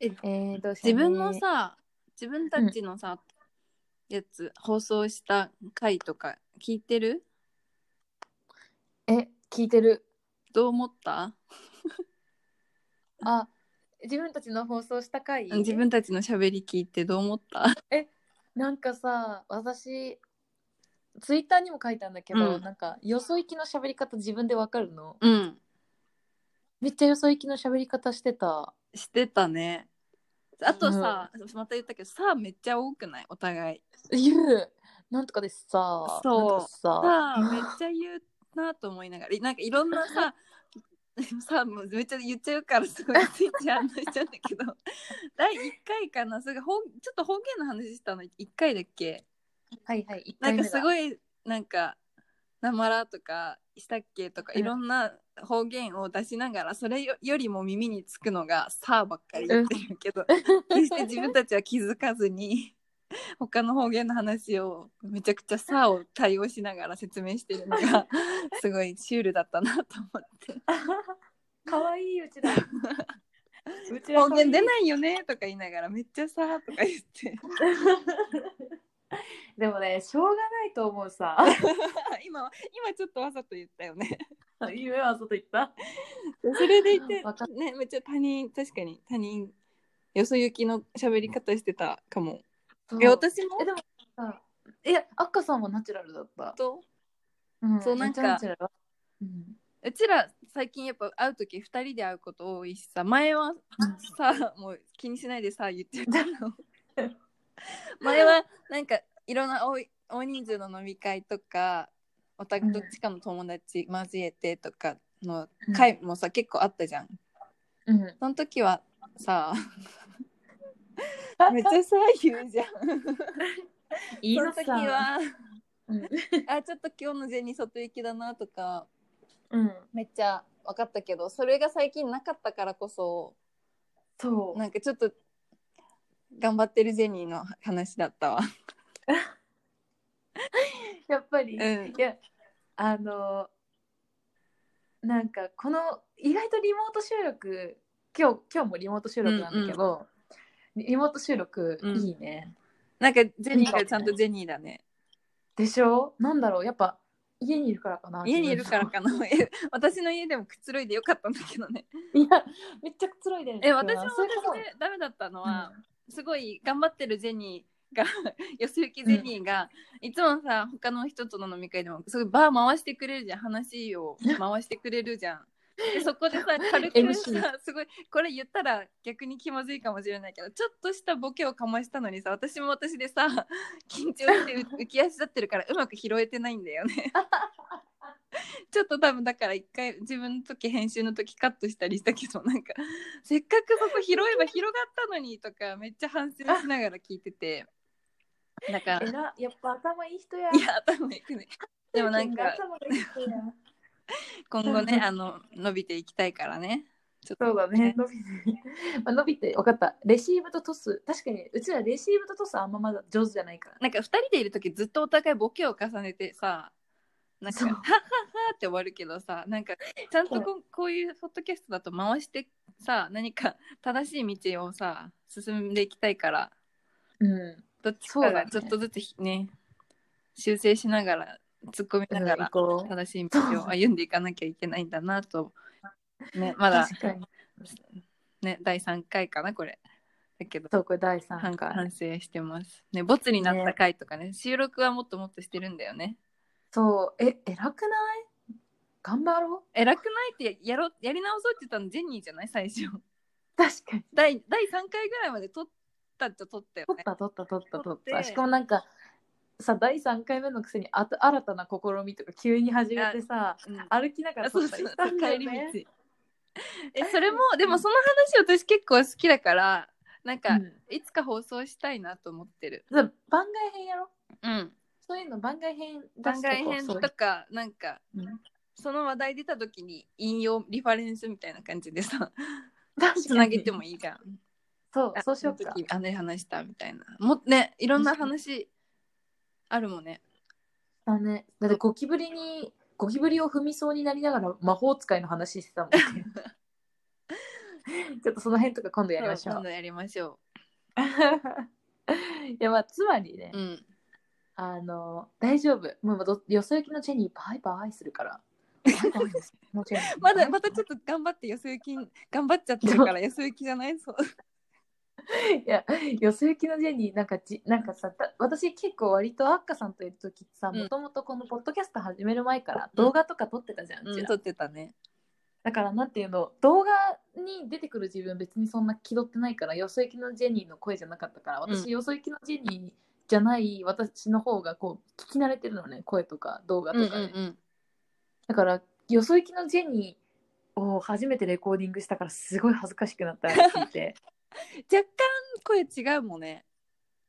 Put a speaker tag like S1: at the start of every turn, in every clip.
S1: え
S2: えー、どうし
S1: 自
S2: よう
S1: 分
S2: ね
S1: のさ自分たちのさ、やつ放送した回とか聞いてる
S2: え聞いてる
S1: どう思った
S2: あ自分たちの放送した回
S1: 自分たちの喋り聞いてどう思った
S2: なんかさ私ツイッターにも書いたんだけど、
S1: うん
S2: なんかよそ行きの喋り方自分でわかるの
S1: うん
S2: めっちゃよそ行きの喋り方してた
S1: してたねあとさ、また言ったけどさあめっちゃ多くないお互い
S2: 言うなんとかですさ
S1: そう
S2: なんとかさ
S1: さあめっちゃ言うなと思いながらなんかいろんなさ さあもうめっちゃ言っちゃうからすごいついちゃうしちゃうんだけど 第1回かなすごい方ちょっと方言の話したの1回だっけ
S2: はいはい一
S1: なん
S2: 回目
S1: か
S2: だ
S1: すごいなんか「なまら」とか「したっけ?」とか
S2: うん
S1: いろんな方言を出しながらそれよよりも耳につくのが「さあ」ばっかり言ってるけど決して 自分たちは気づかずに 他の方言の話をめちゃくちゃ「さあ」を対応しながら説明してるの がすごいシュールだったなと思って
S2: 可愛 いうちだう
S1: 「
S2: ち
S1: 方言出ないよね」とか言いながら「めっちゃさあ」とか言って
S2: でもねしょうがないと思 うさ
S1: 今は今ちょっとわざと言ったよね
S2: 夢は外行った
S1: それでいて
S2: わか、
S1: ね、めっちゃ他人、確かに他人、よそ行きの喋り方してたかも。え、私も
S2: えでもさえあっかさんはナチュラルだった、
S1: と
S2: うん
S1: そうなんか
S2: めっちゃナチュラルうん
S1: うちら最近やっぱ会う時2人で会うこと多いしさ前はさもう気にしないでさ言ってたの 前はなんかいろんな大い大人数の飲み会とかおた
S2: うん
S1: どっちかの友達交えてとかの会もさ、結構あったじゃん
S2: うん
S1: その時は さめっちゃさ言うじゃん
S2: いい
S1: そ
S2: の
S1: の
S2: さ
S1: 時は
S2: うん
S1: あちょっと今日の銭外行きだなとか
S2: うん、
S1: めっちゃ分かったけどそれが最近なかったからこそ
S2: そう
S1: なんかちょっと頑張ってるゼニーの話だったわ。
S2: やっぱり、
S1: う
S2: い
S1: ん、
S2: やあのなんかこの意外とリモート収録今日今日もリモート収録なんだけど、リモート収録
S1: うん
S2: いいね、
S1: なんかゼニーがちゃんとゼニーだね。
S2: でしょなんだろうやっぱ家にいるからかな
S1: 家にいるから
S2: 自
S1: かな。え私の家でもくつろいでよかったんだけどね。
S2: 分のいやめっちゃくつろいでるんだ
S1: え
S2: よな
S1: 私も
S2: それこそ
S1: 私でダメだったの
S2: うん
S1: は、すごい頑張ってるゼニーが よそ行きゼニーが、いつもさ他の人との飲み会でもすごいバー回してくれるじゃん話を回してくれるじゃん。でそこでさ軽く
S2: MC
S1: さすごいこれ言ったら逆に気まずいかもしれないけどちょっとしたボケをかましたのにさ私も私でさ 緊張してう浮き足立ってるからうまく拾えてないんだよね。ちょっと多分だから一回自分の時編集の時カットしたりしたけどなんか せっかくそこ拾えば広がったのにとかめっちゃ反省しながら聞いて てだから
S2: えらやっぱ頭いい人や
S1: いや頭いくね でもなんか
S2: 頭がいい人や
S1: 今後ねあの伸びていきたいからねちょっと
S2: そうだね、伸びて。 まあ伸びて、分かった。レシーブとトス、確かに、うちらレシーブとトスあんままだ上手じゃないから。
S1: なんか2人でいる時ずっとお互いボケを重ねてさなんか「
S2: そう
S1: はっはっは」って終わるけどさなんかちゃんとここういうポッドキャストだと回してさ何か正しい道をさ進んでいきたいから
S2: うん。
S1: どっち
S2: そ
S1: か
S2: う
S1: が
S2: だね
S1: ちょっとずつひね修正しながら突っ込みながら
S2: こう
S1: 正しい道を歩んでいかなきゃいけないんだなと、 ね、まだ
S2: 確、かに。
S1: ね、第3回かなこれだけど
S2: そう、これ第
S1: 反
S2: 3回。
S1: 反省してますねボツになった
S2: ね
S1: 回とかね収録はもっともっとしてるんだよね
S2: そう、え、偉くない頑張ろ
S1: 偉くないってやろやり直そうって言ったのジェニーじゃない最初
S2: う。確かに。
S1: 第第3回ぐらいまで撮ったっちゃ撮ったよ
S2: 取っ
S1: ね
S2: た、取った、取った、取っ
S1: 取
S2: た。
S1: って
S2: しかもなんか、さ、第3回目のくせにあと新たな試みとか急に始めてさ、
S1: うん
S2: 歩きなが
S1: あ
S2: ら
S1: そう
S2: 撮っ
S1: そ
S2: た
S1: う
S2: りしたんだ
S1: 帰
S2: よ
S1: り
S2: ね。
S1: 道えそれもでもその話私結構好きだからなんか、
S2: うん
S1: いつか放送したいなと思ってる
S2: じゃあ番外編やろ
S1: うん
S2: そういうの番外編出しとこう
S1: 番外編とかなんか
S2: そういうの
S1: その話題出た時に引用リファレンスみたいな感じでさ
S2: 確かに
S1: つなげてもいいじゃん
S2: そう、そうしよう
S1: あ
S2: か
S1: の。時あれ話したみたいなもうねいろんな話あるもんね
S2: だね。だってゴキブリに、 ゴキブリを踏みそうになりながら魔法使いの話してたもんね。ちょっとその辺とか今度やりましょ
S1: 今
S2: う
S1: 度。やりましょ
S2: いやまあつまりね、
S1: う。うん。
S2: あの大丈夫もうどよそ行きのチェニーバイバイするから。バイバイですもうチェニー
S1: まだまたちょっと頑張ってよそ行き頑張っちゃってるからよそ行きじゃないそう。
S2: いや、よそ行きのジェニー、なんかじ、なんかさ、た私結構割とアッカさんといるときさ、
S1: うん
S2: もともとこのポッドキャスト始める前から動画とか撮ってたじゃん、う
S1: う
S2: ち
S1: ん、
S2: ら
S1: 撮ってたね。
S2: だからなんていうの、動画に出てくる自分別にそんな気取ってないから、よそ行きのジェニーの声じゃなかったから、私、
S1: う
S2: よそ行きのジェニーじゃない私の方がこう、聞き慣れてるのね、声とか動画とかね。
S1: ん。
S2: だから、よそ行きのジェニーを初めてレコーディングしたから、すごい恥ずかしくなったら聞いて。
S1: 若干声違うもんね。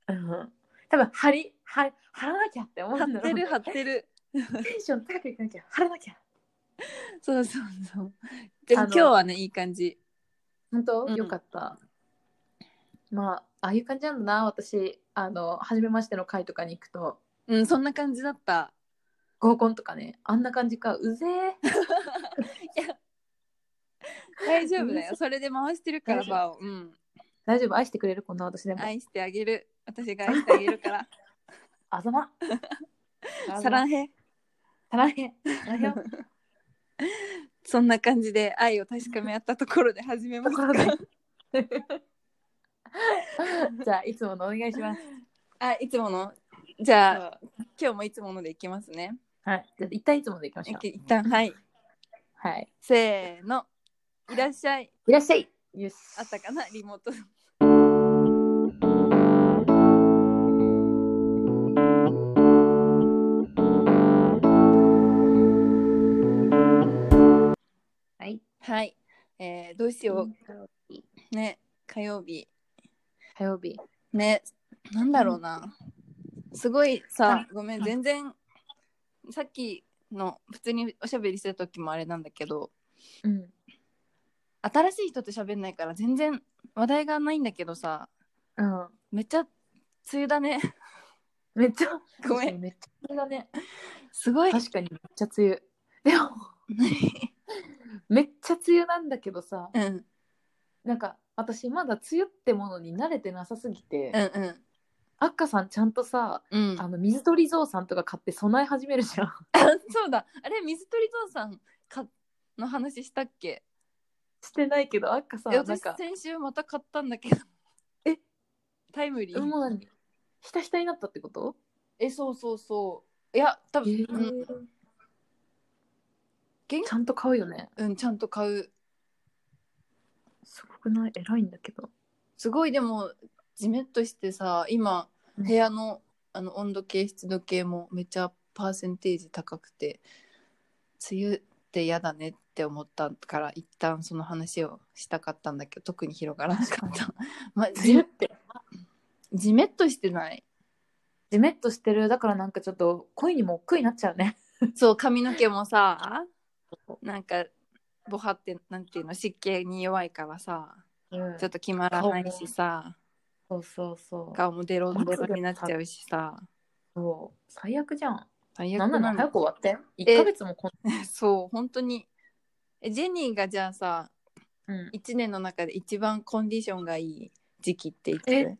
S2: うん多分張り張張らなきゃって思う
S1: 張
S2: んだ
S1: っ
S2: ろ
S1: て
S2: うね
S1: る張って る。
S2: テンション高くいかなきゃ張らなきゃ
S1: そうそうそう。で
S2: あ
S1: 今
S2: の
S1: 日はねいい感じ。
S2: 本当、
S1: うん
S2: よかったまあああいう感じなんだな私あの初めましての会とかに行くと
S1: うんそんな感じだった。
S2: 合コンとかねあんな感じかうぜえ
S1: 大丈夫だよ。それで回してるから
S2: 大丈夫
S1: バを。うん。
S2: 大丈夫愛してくれるこんな私でも
S1: 愛してあげる。私 が愛してあげるから。
S2: あざま
S1: さらんへ。
S2: さらへんさらへん
S1: そんな感じで愛を確かめ合ったところで始めま
S2: と
S1: すか
S2: ころで じゃあいつものお願いします
S1: あいつものじゃあ今日もいつものでいきますね。
S2: はいじゃあ一旦いつものでいきましょう
S1: 一旦はい。
S2: はい
S1: せーの。いらっしゃい。
S2: いらっしゃいよし
S1: あったかなリモート。
S2: はい
S1: はい。えー、どうしよう。ね。火曜日。
S2: 火曜日
S1: ね。なんだろうな。すごいさ
S2: は、
S1: ごめん、
S2: はい
S1: 全然、さっきの普通におしゃべりしてた時もあれなんだけど、
S2: うん
S1: 新しい人と喋んないから全然話題がないんだけどさ、
S2: うん
S1: めっちゃ梅雨だ ね。
S2: めっちゃ
S1: ごめん
S2: 確かにめっちゃ梅雨だね
S1: すごい。
S2: 確かにめっちゃ梅雨でもめっちゃ梅雨なんだけどさ
S1: うんうん
S2: なんか私まだ梅雨ってものに慣れてなさすぎて、
S1: うん
S2: あっかさんちゃんとさ
S1: うん。
S2: あの水鳥ゾウさんとか買って備え始めるじゃん
S1: そうだあれ水鳥ゾウさんかの話したっけ
S2: してないけどあっかさん
S1: え
S2: なん
S1: 私
S2: か
S1: 先週また買ったんだけど
S2: え
S1: タイムリー、
S2: もう何ひたひたになったってこと、
S1: えそうそうそういや多分、うん元
S2: ちゃんと買うよね
S1: うん、ちゃんと買う
S2: すごくない偉いんだけど
S1: すごいでもジメッとしてさ今
S2: うん
S1: 部屋のあの温度計湿度計もめっちゃパーセンテージ高くて梅雨って嫌だねって思ったから一旦その話をしたかったんだけど特に広がらなか った、まあ、
S2: 梅
S1: じ
S2: 雨
S1: め
S2: って
S1: じめっとしてない
S2: ジメッとしてるだからなんかちょっと恋にも億劫になっちゃうね
S1: そう髪の毛もさなんかボハってなんていうの湿気に弱いからさ
S2: うん
S1: ちょっと決まらないしさ
S2: そうそうそう
S1: 顔もデロデロになっちゃうしさ
S2: そう最悪じゃん
S1: 最
S2: な
S1: 悪
S2: んな
S1: な
S2: ら早
S1: の
S2: く終わって1ヶ月もこん
S1: そう本当にえジェニーがじゃあさ
S2: うん
S1: 1年の中で一番コンディションがいい時期っていつ
S2: え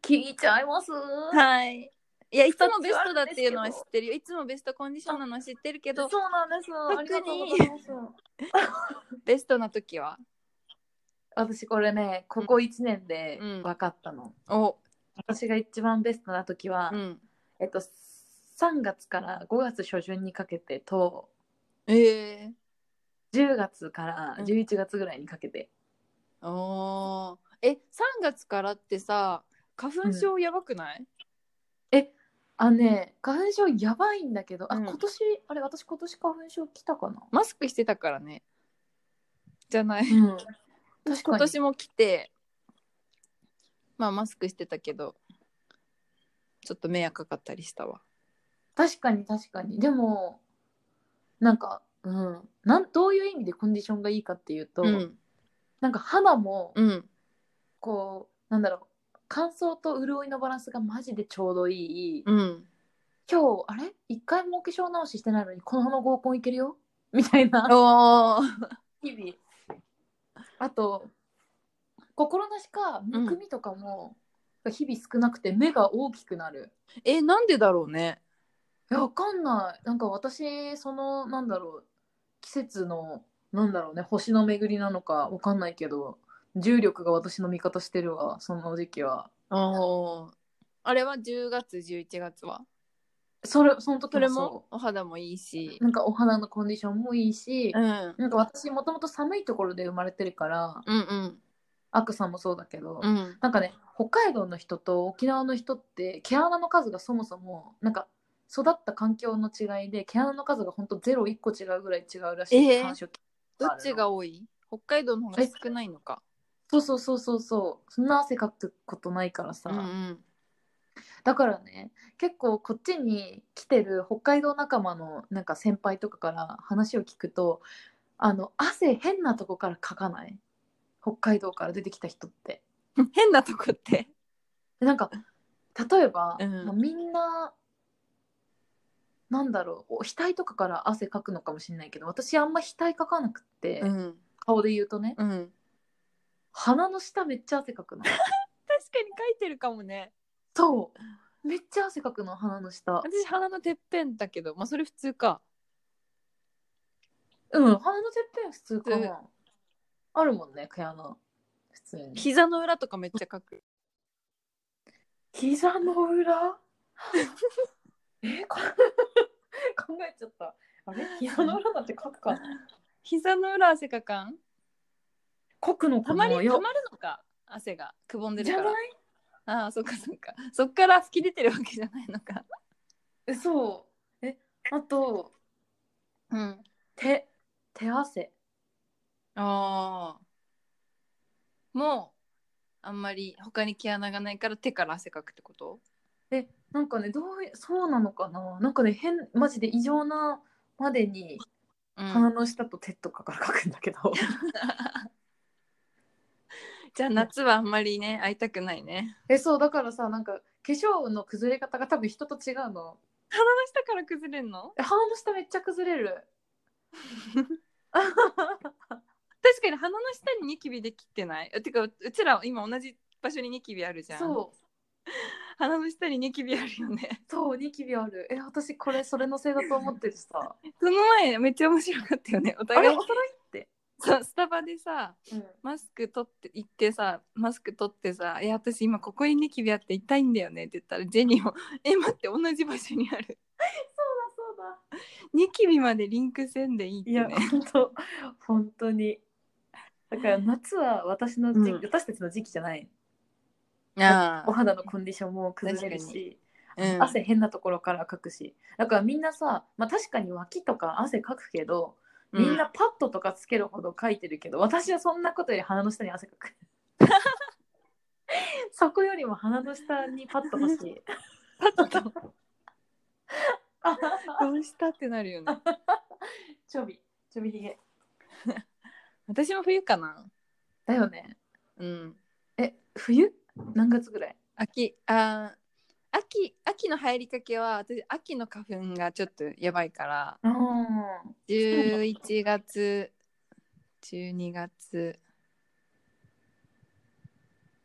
S2: 聞いちゃいます
S1: はいいやいつもベストだっ
S2: 二つあるんですけど
S1: ていうのは知ってるよいつもベストコンディションなのは知ってるけど
S2: そうなんです
S1: に
S2: ありがとうございます
S1: ベストな時は
S2: 私これねここ1年で
S1: うん
S2: 分かったの、
S1: お
S2: 私が一番ベストな時は、
S1: うん
S2: えっと3月から5月初旬にかけてと
S1: ええ
S2: 10月から11月ぐらいにかけて、
S1: おーえ3月からってさ花粉症やばくない、
S2: あのね花粉症やばいんだけど、
S1: う
S2: あ
S1: ん
S2: 今年あれ私今年花粉症来たかな
S1: マスクしてたからねじゃない
S2: うん確か
S1: 今
S2: に
S1: 年も来てまあマスクしてたけどちょっと迷惑かかったりしたわ
S2: 確かに確かにでもなんか、うん、なんどういう意味でコンディションがいいかっていうと、
S1: うん
S2: なんか肌も
S1: うん
S2: こうなんだろう乾燥と潤いのバランスがマジでちょうどいい、
S1: うん
S2: 今日あれ一回もお化粧直しして ないのにこのまま合コンいけるよみたいな
S1: おー
S2: 日々あと心なしかむくみとかも日々少なくて目が大きくなる、
S1: えなんでだろうね
S2: いやわかんないなんか私そのなんだろう季節のなんだろうね星の巡りなのかわかんないけど重力が私の味方してるわその時期は
S1: あああれは10月11月は
S2: それその時
S1: そ
S2: も
S1: れ
S2: そう
S1: もお肌もいいし
S2: なんかお肌のコンディションもいいし、
S1: うんうん
S2: なんか私もともと寒いところで生まれてるから
S1: うん
S2: アクさんもそうだけど、
S1: うん
S2: なんかね北海道の人と沖縄の人って毛穴の数がそもそもなんか育った環境の違いで毛穴の数がほんとゼロ1個違うぐらい違うらしい、
S1: えー
S2: 感触
S1: どっちが多い北海道の方が少ないのか
S2: そうそうそうそうそうそんな汗かくことないからさ、
S1: うんうん
S2: だからね結構こっちに来てる北海道仲間のなんか先輩とかから話を聞くとあの汗変なとこからかかない北海道から出てきた人って
S1: 変なとこって
S2: でなんか例えば、
S1: うん
S2: まあみんななんだろうお額とかから汗かくのかもしれないけど私あんま額かかなくって、
S1: ん
S2: 顔で言うとね
S1: うん
S2: 鼻の下めっちゃ汗かくの
S1: 確かに書いてるかもね
S2: そうめっちゃ汗かくの鼻の下
S1: 私鼻のてっぺんだけどまあそれ普通か
S2: うん鼻のてっぺん普通か
S1: 普
S2: な、
S1: 通
S2: あるもんね毛穴普通に
S1: 膝の裏とかめっちゃ書く
S2: 膝の裏 えこ 考えちゃったあれ膝の裏だって書くかな
S1: 膝の裏汗かかん
S2: 書くの
S1: た
S2: かな
S1: まり
S2: いや
S1: たまるのか汗がくぼんでる
S2: じゃ
S1: か
S2: な
S1: ら
S2: い
S1: ああそっかそっかそっから吹き出てるわけじゃないのか
S2: えそうえあと
S1: うん
S2: 手手汗
S1: ああもうあんまり他に毛穴がないから手から汗かくってこと
S2: えなんかねどういそうなのかななんかね変マジで異常なまでに
S1: うん
S2: 鼻の下と手とかから書くんだけど、
S1: じゃあ夏はあんまりね会いたくないね
S2: えそうだからさなんか化粧の崩れ方が多分人と違うの
S1: 鼻の下から崩れんの
S2: え鼻の下めっちゃ崩れる
S1: 確かに鼻の下にニキビできてないえてかううちら今同じ場所にニキビあ るじゃん
S2: そう
S1: 鼻の下にニキビあるよね
S2: そうニキビあるえ私これそれのせいだと思ってるさ
S1: その前めっちゃ面白かったよねお
S2: あれ
S1: 互い
S2: お揃い
S1: そうスタバでさ
S2: うん
S1: マスク取って行ってさマスク取ってさ「え私今ここにニキビあって痛いんだよね」って言ったらジェニーも「え待って同じ場所にある
S2: そうだ
S1: ニキビまでリンクせんでいい」って
S2: いや
S1: ね
S2: 本当本当にだから夏は私の時期、
S1: うん
S2: 私たちの時期じゃない
S1: あ
S2: お肌のコンディションも崩れる
S1: 確か
S2: し、
S1: うん、
S2: 汗変なところからかくしだからみんなさ、まあ、確かに脇とか汗かくけどみんなパッドとかつけるほどかいてるけど、私はそんなことより鼻の下に汗かく そこよりも鼻の下にパッド欲しい
S1: パッと どうしたってなるよね
S2: ちょびちょびひげ
S1: 私も冬かな
S2: だよね
S1: うん
S2: え冬何月ぐらい
S1: 秋あー秋秋の入りかけは私秋の花粉がちょっとやばい から
S2: あ
S1: 11月12月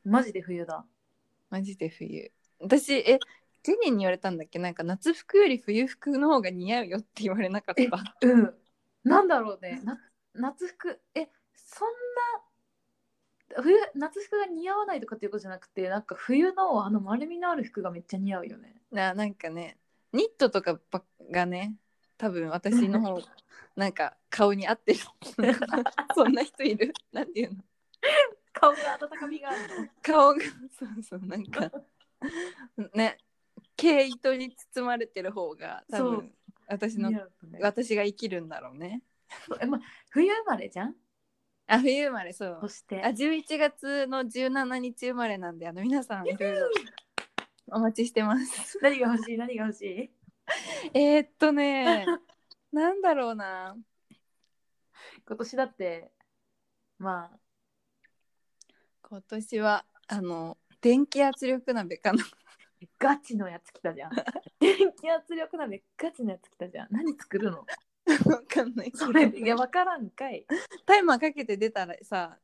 S2: マジで冬だ
S1: マジで冬私えジェニーに言われたんだっけなんか夏服より冬服の方が似合うよって言われなかった
S2: うん。なんだろうね。な夏服、え、そんな、冬、夏服が似合わないとかっていうことじゃなくて、なんか冬のあの丸みのある服がめっちゃ似合うよね。
S1: ななんかねニットとかばっがね多分私の方なんか顔に合ってる そんな人いるなんていうの
S2: 顔が温かみがある
S1: 顔がそうそうなんかね毛糸に包まれてる方が多
S2: そう
S1: 分私 の
S2: の。似合うね
S1: 私が生きるんだろうね
S2: そうえま、冬生まれじゃん
S1: あ冬生まれそう
S2: そして
S1: あ。11月の17日生まれなんであの皆さんいろいろお待ちしてます。
S2: 何が欲しい何が欲しい
S1: えーっと ね、なんだろうな。
S2: 今年だって、まあ、
S1: 今年はあの電気圧力鍋かな。
S2: ガチのやつ来た じゃん。電気圧力鍋ガチのやつ来たじゃん。何作るの
S1: わかんないけど。
S2: それ、いや、わからんかい。
S1: タイマーかけて出たらさ、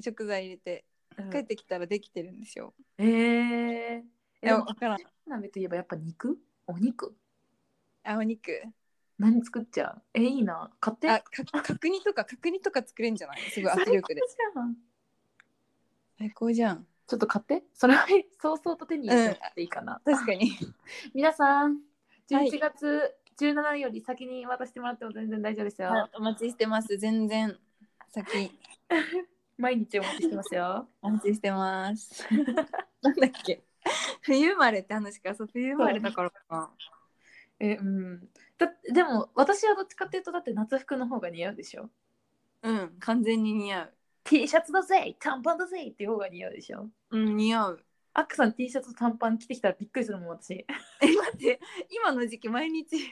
S1: 食材入れて帰ってきたらできてるんですよ。
S2: えー、え
S1: で
S2: で
S1: も
S2: も
S1: 分からん。
S2: 鍋といえばやっぱ肉お肉
S1: あお肉
S2: 何作っちゃうえいいな買って
S1: あか角煮とか角煮とか作れんじゃないすごい圧
S2: 最
S1: 力
S2: 高
S1: で
S2: じゃん
S1: 最高じゃん
S2: ちょっと買ってそれはそうそうと手に入れていいかな、
S1: 確かに
S2: 皆さん
S1: はい
S2: 11月17より先に渡してもらっても全然大丈夫ですよ、
S1: あ お待ちしてます全然先
S2: 毎日お待ちしてますよ
S1: お待ちしてます なんだっけ冬生まれって話かそう冬生まれだからかな
S2: えうんだでも私はどっちかっていうとだって夏服の方が似合うでしょ
S1: うん完全に似合う
S2: T シャツだぜ短パンだぜっていう方が似合うでしょ
S1: うん似合う
S2: アックさん T シャツと短パン着てきたらびっくりするもん私 い
S1: え待って今の時期毎日
S2: や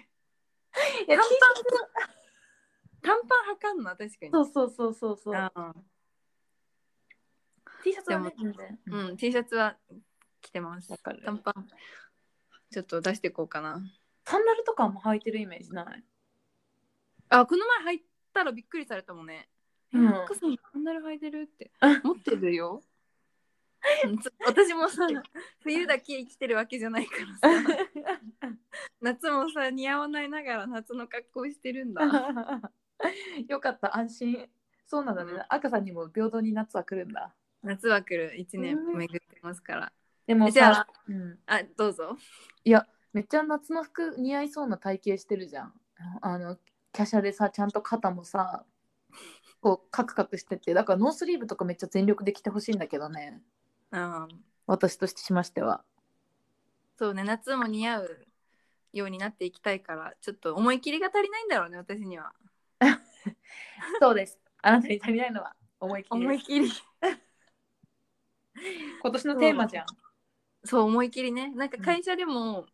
S1: 短パン短パンはかんな確かに
S2: そうそうそうそうそう
S1: あー
S2: T シャツはね
S1: で
S2: 全然
S1: う
S2: うん
S1: ん、T シャツは着てます
S2: わかる
S1: 短パンちょっと出していこうかな
S2: サンダルとかも履いてるイメージ ない
S1: あこの前履いたらびっくりされたもんね。
S2: うん
S1: なんかさサンダル履いてるって持ってるよ。うんつ私もさ冬だけ生きてるわけじゃないからさ夏もさ似合わないながら夏の格好してるんだ。
S2: よかった安心そうなんだね、
S1: うん
S2: 赤さんにも平等に夏は来るんだ
S1: 夏は来る1年巡ってますから。
S2: でも
S1: え
S2: さ
S1: じゃあ、
S2: うん、
S1: あどうぞ。
S2: めっちゃ夏の服似合いそうな体型してるじゃんあの華奢でさちゃんと肩もさこうカクカクしててだからノースリーブとかめっちゃ全力で着てほしいんだけどね
S1: あー
S2: 私としてしましては
S1: そうね夏も似合うようになっていきたいからちょっと思い切りが足りないんだろうね私には。
S2: そうですあなたに足りないのは思い切り
S1: 思
S2: で
S1: い
S2: す
S1: 切り。
S2: 今年のテーマじゃん
S1: そう思い切りねなんか会社でも、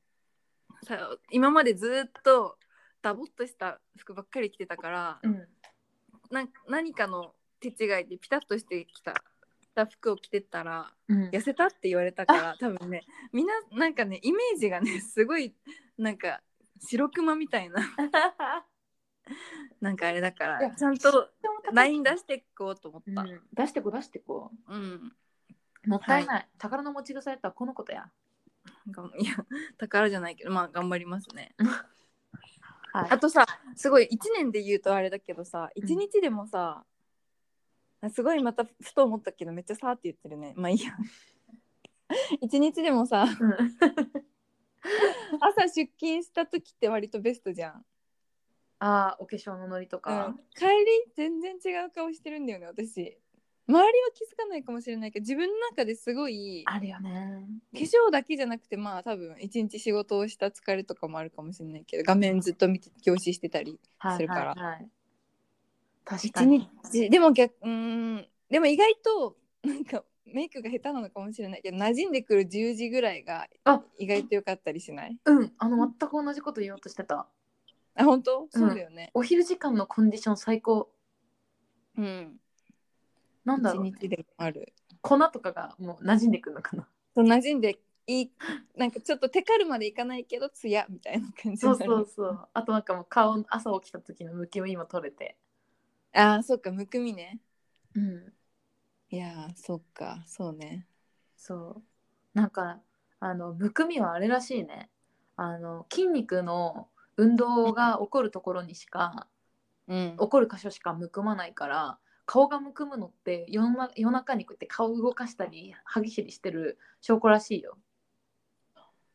S1: さ今までずっとダボっとした服ばっかり着てたから、
S2: うん
S1: なんか何かの手違いでピタッとしてきた服を着てたら
S2: うん
S1: 痩せたって言われたから多分ねみんななんかねイメージがね すごいなんか白クマみたいな なんかあれだか
S2: い
S1: ら
S2: や
S1: ちゃんとライン出
S2: し、
S1: していこうと思っ
S2: う
S1: た、
S2: ん、出してこ出してこ
S1: うん、
S2: もったいない、宝の持ち腐れとはこのことや
S1: がいや宝じゃないけどまあ頑張りますね
S2: はい
S1: あとさすごい1年で言うとあれだけどさ
S2: ん
S1: 1日でもさ、あすごいまたふと思ったけどめっちゃさーって言ってるねまあいいや 1日でもさ
S2: うん
S1: 朝出勤した時って割とベストじゃん、
S2: あーお化粧のノリと
S1: う
S2: か
S1: ん、帰り全然違う顔してるんだよね私周りは気づかないかもしれないけど自分の中ですごい化
S2: あるよね
S1: 粧だけじゃなくてまあ多分一日仕事をした疲れとかもあるかもしれないけど画面ずっと見て凝視してたり
S2: はい
S1: するから
S2: はいはい、確か
S1: 一
S2: に
S1: 日でも逆うーんでも意外となんかメイクが下手なのかもしれないけど馴染んでくる10時ぐらいが
S2: あ
S1: 意外と良かったりしない
S2: うんあの全く同じこと言おうとしてた
S1: あ本当そうだよね
S2: お昼時間のコンディション最高
S1: うん
S2: なんだ
S1: 一、
S2: ろう、
S1: 日でもある
S2: 粉とかがもう馴染んでくるのかな
S1: そう馴染んでいいなんかちょっとテカるまでいかないけどツヤみたいな感じ
S2: そ
S1: に
S2: う
S1: なる
S2: そうそうあとなんかもう顔朝起きた時のムキも今取れて
S1: あーそっかむくみね
S2: うん
S1: いやーそっかそうね
S2: そうなんかあのむくみはあれらしいねあの筋肉の運動が起こるところにしか
S1: うん
S2: 起こる箇所しかむくまないから顔がむくむのって夜な夜中にこうやって顔動かしたり歯ぎしりしてる証拠らしいよ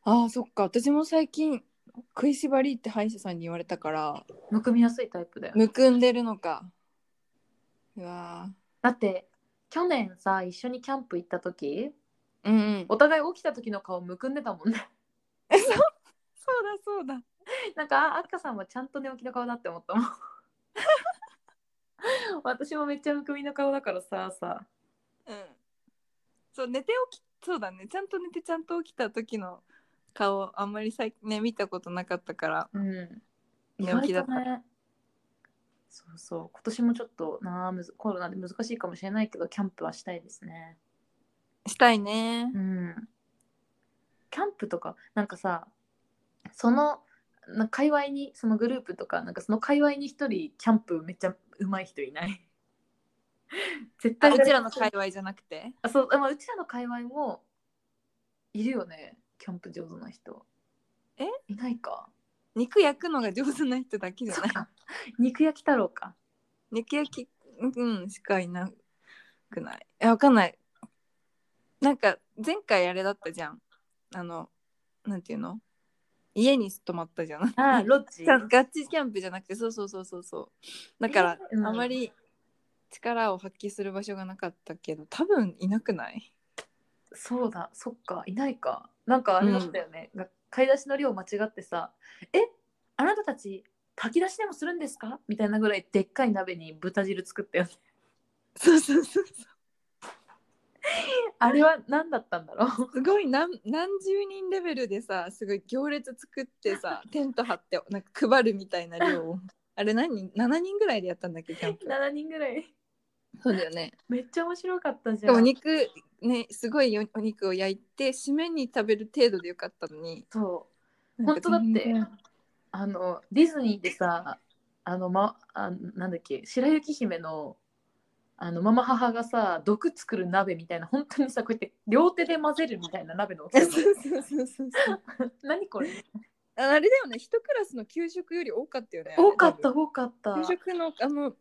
S1: あーそっか私も最近食いしばりって歯医者さんに言われたから
S2: むくみやすいタイプだよね
S1: むくんでるのかうわ
S2: だって去年さ一緒にキャンプ行った時
S1: ーうんうん
S2: お互い起きた時の顔むくんでたもんね
S1: そうだそうだ。
S2: なんかあっかさんはちゃんと寝起きの顔だって思ったもん 私もめっちゃむくみの顔だからささ
S1: うん。そう寝て起きそうだね。ちゃんと寝てちゃんと起きた時の顔あんまりさね見たことなかったから
S2: うん
S1: 寝起きだった。
S2: 意外とねそうそう今年もちょっとなむずコロナで難しいかもしれないけどキャンプはしたいですね
S1: したいね
S2: う。んキャンプとかなんかさそのな界隈にそのグループとかなんかその界隈に一人キャンプめっちゃうまい人いない 絶
S1: あ
S2: 対
S1: うちらの界隈じゃなくて
S2: あそうあまあうちらの界隈もいるよねキャンプ上手な人
S1: え
S2: いないか
S1: 肉焼くのが上手な人だけじゃ
S2: そ
S1: な
S2: っ
S1: い
S2: か肉焼き太郎か
S1: 肉焼きうんしかいなくないえわかんないなんか前回あれだったじゃんあのなんていうの家に泊まったじゃん
S2: あロッジ
S1: ガガチキャンプじゃなくてそうそうそうそうそうだから、
S2: えうん
S1: あまり力を発揮する場所がなかったけど多分いなくない
S2: そうだそっかいないかなんかあれだったよね、が買い出しの量間違ってさ「えあなたたち炊き出しでもするんですか?」みたいなぐらいでっかい鍋に豚汁作ったよね
S1: そうそうそうそ
S2: あれは何だったんだ ろう
S1: うすごい何何十人レベルでさすごい行列作って さテント張ってなんか配るみたいな量をあれ何人7人ぐらいでやったんだっけキャンプ
S2: 7人ぐらい
S1: そうだよね
S2: めっちゃ面白かったじ
S1: で
S2: ゃ
S1: もお
S2: ん
S1: 肉ねすごいおお肉を焼いて締めに食べる程度でよかったのに
S2: そう
S1: なんか全然
S2: 本あのディズニーでさあの、ま、あなんだっけ白雪姫のあのママ母がさ毒作る鍋みたいな本当にさこうやって両手で混ぜるみたいな鍋の大き さ
S1: そうそうそうそうそう
S2: 何これ
S1: ああれだよね、一クラスの給食より多かったよね。
S2: 多かっ
S1: あ
S2: た
S1: れ。
S2: 多かった
S1: 多分給食のあの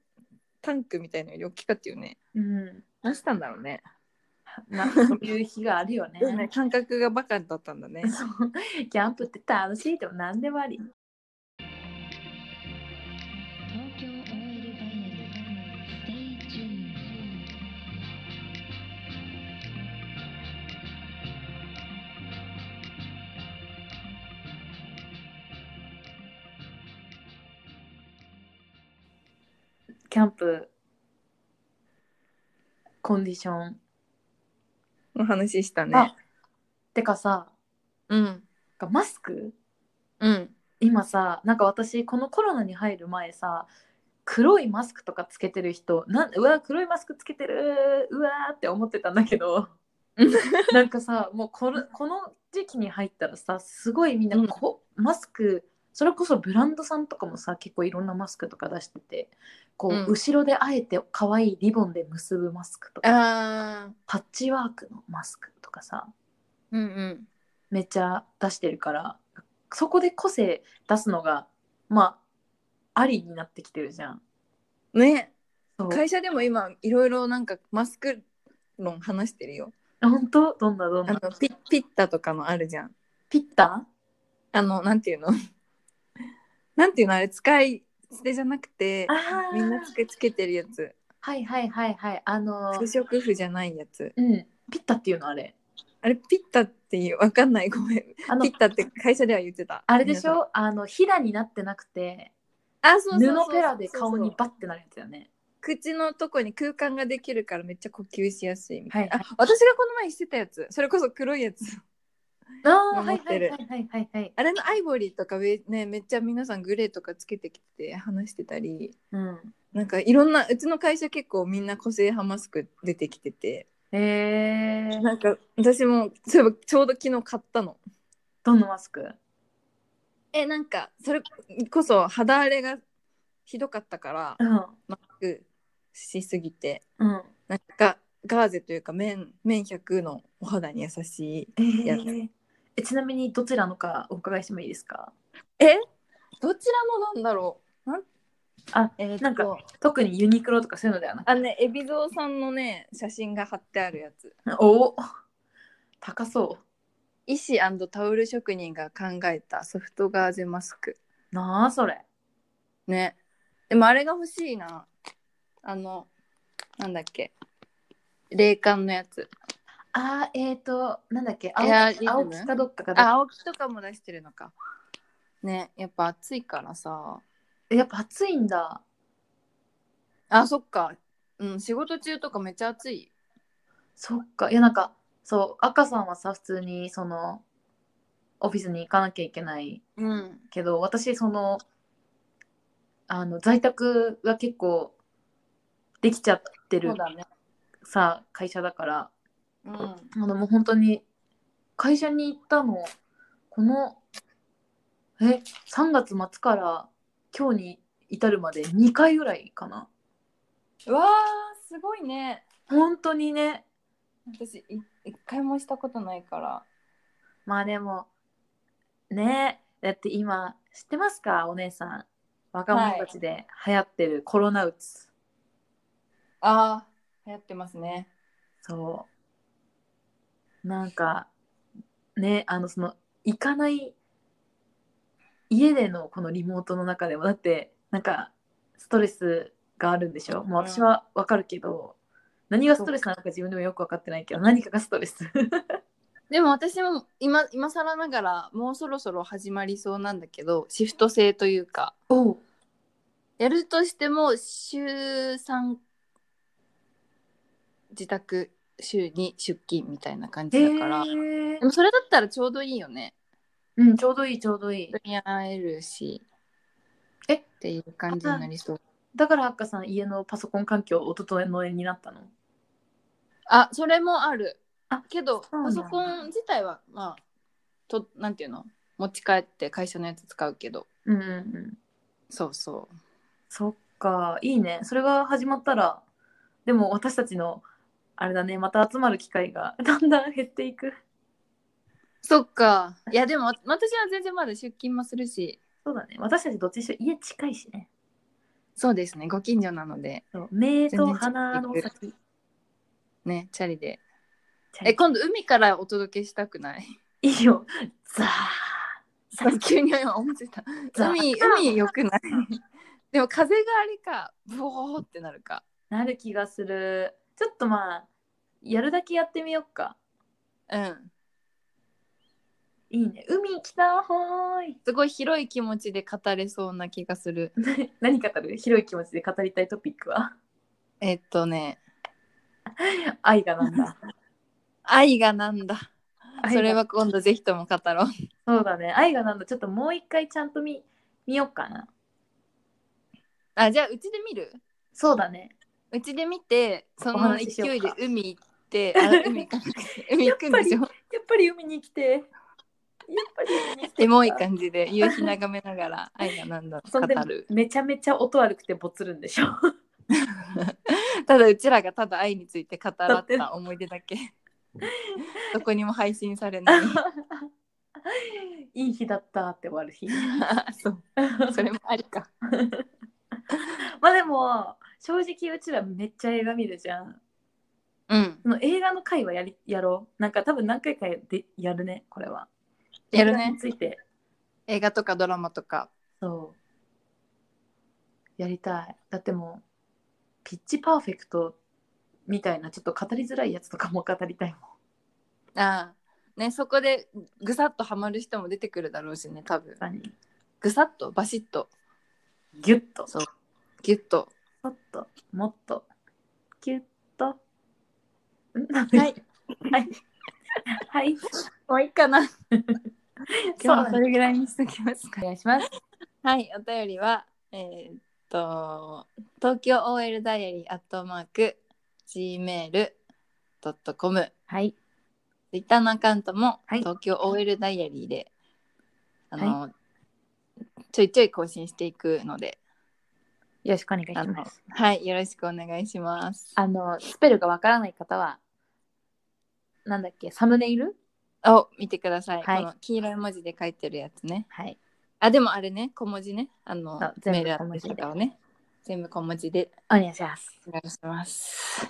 S1: タンクみたいなのより大きかったよね。
S2: うん
S1: 何したんだろうね。
S2: なんかそういう日があるよね
S1: 感覚がバカだったんだね。
S2: そうキャンプって楽しいでも何でもあり
S3: 東京オイルバイナリー Stay tuned
S2: キャンプコンディション
S1: お話しした
S2: あ
S1: ね。
S2: てかさ
S1: うん。
S2: マスク
S1: うん。
S2: 今さなんか私このコロナに入る前さ黒いマスクとかつけてる人なんうわ黒いマスクつけてるうわーって思ってたんだけ どなんかさもうこのこの時期に入ったらさすごいみんなこ、マスクそれこそブランドさんとかもさ結構いろんなマスクとか出しててこう、
S1: うん
S2: 後ろであえて可愛いリボンで結ぶマスクとか
S1: ああ。
S2: パッチワークのマスクとかさ
S1: うんうん。
S2: めっちゃ出してるからそこで個性出すのがまあありになってきてるじゃん。
S1: ね、
S2: そう
S1: 会社でも今いろいろなんかマスク論話してるよ。
S2: 本当どんなどん
S1: あ
S2: な
S1: のピピッタとかのあるじゃん。
S2: ピッタ
S1: あのなんていうの？なんていうのあれ使い捨てじゃなくて
S2: あ
S1: みんなつけつけてるやつ。
S2: はいはいはいはいあの
S1: 不
S2: ー
S1: 織布じゃないやつ。
S2: うんピッタっていうのあれ
S1: あれピッタっていうわかんないごめん
S2: あの
S1: ピッタって会社では言ってた
S2: あれでし
S1: 皆さん
S2: ょあのひだになってなくて
S1: あそうそうそう
S2: 布ペラで顔にバッてなるやつだよね
S1: 口のとこに空間ができるからめっちゃ呼吸しやすいみたいな、
S2: はい
S1: あ私がこの前してたやつそれこそ黒いやつ
S2: ああーは
S1: 守
S2: い
S1: って
S2: はい
S1: る
S2: はいはいはいはい
S1: あれのアイボリーとかウェねめっちゃ皆さんグレーとかつけてきて話してたり
S2: うん
S1: なんかいろんなうちの会社結構みんな個性派マスク出てきてて
S2: えー、
S1: なんか私もそういえばちょうど昨日買ったの
S2: どのマスク
S1: えなんかそれこそ肌荒れがひどかったから
S2: うん
S1: マスクしすぎて
S2: うん
S1: なんかガーゼというか綿綿100のお肌に優しい
S2: え
S1: や
S2: ー、えちなみにどちらのかお伺いしてもいいですか
S1: えどちらのなんだろうなん
S2: あ
S1: えーっと
S2: なんか特にユニクロとかそういうのではなく
S1: あのね海老蔵さんのね写真が貼ってあるやつ
S2: お高そ
S1: 医師タオル職人が考えたソフトガーゼマスク
S2: うなあそれ
S1: ねでもあれが欲しいなあのなんだっけ冷感のやつ
S2: あーえっ、ー、となんだっけ青
S1: エアリズ
S2: 木
S1: ム
S2: 青木かどっかか
S1: あ青木とかも出してるのかねやっぱ暑いからさ
S2: えやっぱ暑いんだ
S1: あそっかうん仕事中とかめっちゃ暑い
S2: そっかいやなんかそう赤さんはさ普通にそのオフィスに行かなきゃいけない
S1: うん
S2: けど私そのあの在宅が結構できちゃって
S1: そ
S2: る
S1: うだね
S2: さ会社だから
S1: うん
S2: あのもう本当に会社に行ったのこのえ3月末から今日に至るまで2回ぐらいかな
S1: わーすごいね
S2: 本当にね
S1: 私い一回もしたことないから
S2: まあでもねだって今知ってますかお姉さん若者たちで流行ってるコロナうつ、
S1: あー流行ってますね
S2: そうなんかねあのその行かない家でのこのリモートの中でもだってなんかストレスがあるんでしょ、まあ、
S1: うん
S2: 私はわかるけど何がストレスなのか自分でもよく分かってないけど何かがストレス
S1: でも私も今今更ながらもうそろそろ始まりそうなんだけどシフト制というか
S2: おう
S1: やるとしても週3自宅週2出勤みたいな感じだから、でもそれだったらちょうどいいよね
S2: うんちょうどいいちょうどいい
S1: 人に会えるし
S2: え
S1: っていう感じになりそう
S2: だからあっかさん家のパソコン環境おととえになったの
S1: あそれもある
S2: あ
S1: けど
S2: そうな
S1: パ
S2: んだ
S1: ソコン自体はまあとなんていうの持ち帰って会社のやつ使うけど
S2: うんうんうん
S1: そうそう
S2: そっかいいねそれが始まったらでも私たちのあれだねまた集まる機会が だんだん減っていく
S1: そっかいやでも私は全然まだ出勤もするし
S2: そうだね私たちどっちにしろ家近いしね
S1: そうですねご近所なので
S2: そう目と鼻
S1: 全
S2: の
S1: 然近
S2: 先
S1: ねチャリで
S2: チャリ
S1: え今度海からお届けしたく ない
S2: いいよザー
S1: さっき急に今思ってた
S2: ザー
S1: 海海よくない でも風があれかブオーってなるか
S2: なる気がするちょっとまあやるだけやってみよっか
S1: うん
S2: いいね海来たほーい
S1: すごい広い気持ちで語れそうな気がする
S2: 何語る広い 気持ちで語りたいトピックは
S1: えっとね
S2: 愛がな んだ
S1: 愛がなんだ
S2: 愛が
S1: それは今度ぜひとも語ろう
S2: そうだね愛がなんだちょっともう一回ちゃんと見見よっかな
S1: あじゃあうちで見る
S2: そうだね
S1: うちで見てそ
S2: お
S1: の
S2: 話ししよ
S1: 勢
S2: う
S1: いで
S2: か
S1: 海行ってあ海行かなくて海行くんでしょ
S2: やっぱり海に来て。やっぱり海に来 て。
S1: エモい感じで夕日眺めながら愛がなん だ
S2: そ
S1: と
S2: ん
S1: 語
S2: で
S1: る
S2: めちゃめちゃ音悪くてボツるんでしょ。
S1: ただうちらがただ愛について語ら
S2: だ
S1: っ
S2: って
S1: た思い出だけ どこにも配信されない
S2: いい日だったって終わる日。
S1: そう それもありか
S2: まあでも正直うちらめっちゃ映画見るじゃん。
S1: うん
S2: その映画の回はやりやろう。なんか多分何回かでやるねこれは。
S1: やる
S2: 映画に
S1: ね
S2: ついて
S1: 映画とかドラマとか
S2: そうやりたい。だってもうピッチパーフェクトみたいなちょっと語りづらいやつとかも語りたいもん。
S1: ああねそこでぐさっとハマる人も出てくるだろうしね多分
S2: 何
S1: ぐさっとバシッと
S2: ギュッと。
S1: ギュッと
S2: ちょっと、もっと、キュッと。
S1: は。
S2: はいはい。はい。
S1: もういいか な今日は
S2: そう
S1: それぐらいにしときますか
S2: お願いします。
S1: はい、お便りは、えーっと、東京 OL ダイアリーアットマーク、gmail.com、
S2: はい。
S1: Twitter のアカウントも、
S2: はい
S1: 東京 OL ダイアリーで、あの、ちょいちょい更新していくので、
S2: よろしくお願いし
S1: あの
S2: ます。、
S1: はい、よろしくお願いします。
S2: あの、スペルがわからない方は、なんだっけ、サムネイル
S1: を見てください。
S2: はい
S1: この黄色い文字で書いてるやつね。
S2: はい。
S1: あ、でもあれね、小文字ね。あの
S2: あ、全部
S1: メールアドレスとかをね、全部小文字で
S2: お願いします。
S1: お願いします。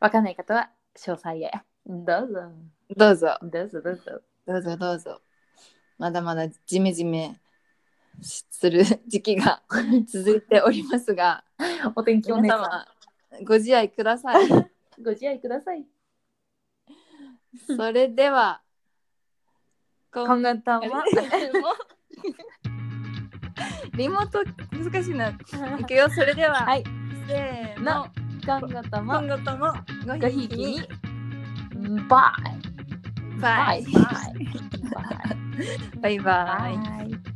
S2: わからない方は、詳細へ。どうぞ。
S1: どうぞ。
S2: どうぞどうぞ。
S1: どうぞどうぞ。まだまだジメジメする 時期が続いておりますが、
S2: お天気お
S1: 皆
S2: 姉様、
S1: 様ご自愛くださ い。
S2: ご自愛ください。
S1: それでは、
S2: 今
S1: 今
S2: 後と
S1: 回
S2: も
S1: も。 リモート難しいな。いくよ、それでは、
S2: はい。
S1: せーの
S2: な、今後とも
S1: 今。後ともご
S2: ご
S1: ひ
S2: ひ
S1: い
S2: い
S1: き
S2: き
S1: に
S2: に。バイ。
S1: バイ
S2: バイ。バイ。
S1: バイバイ。
S2: Bye.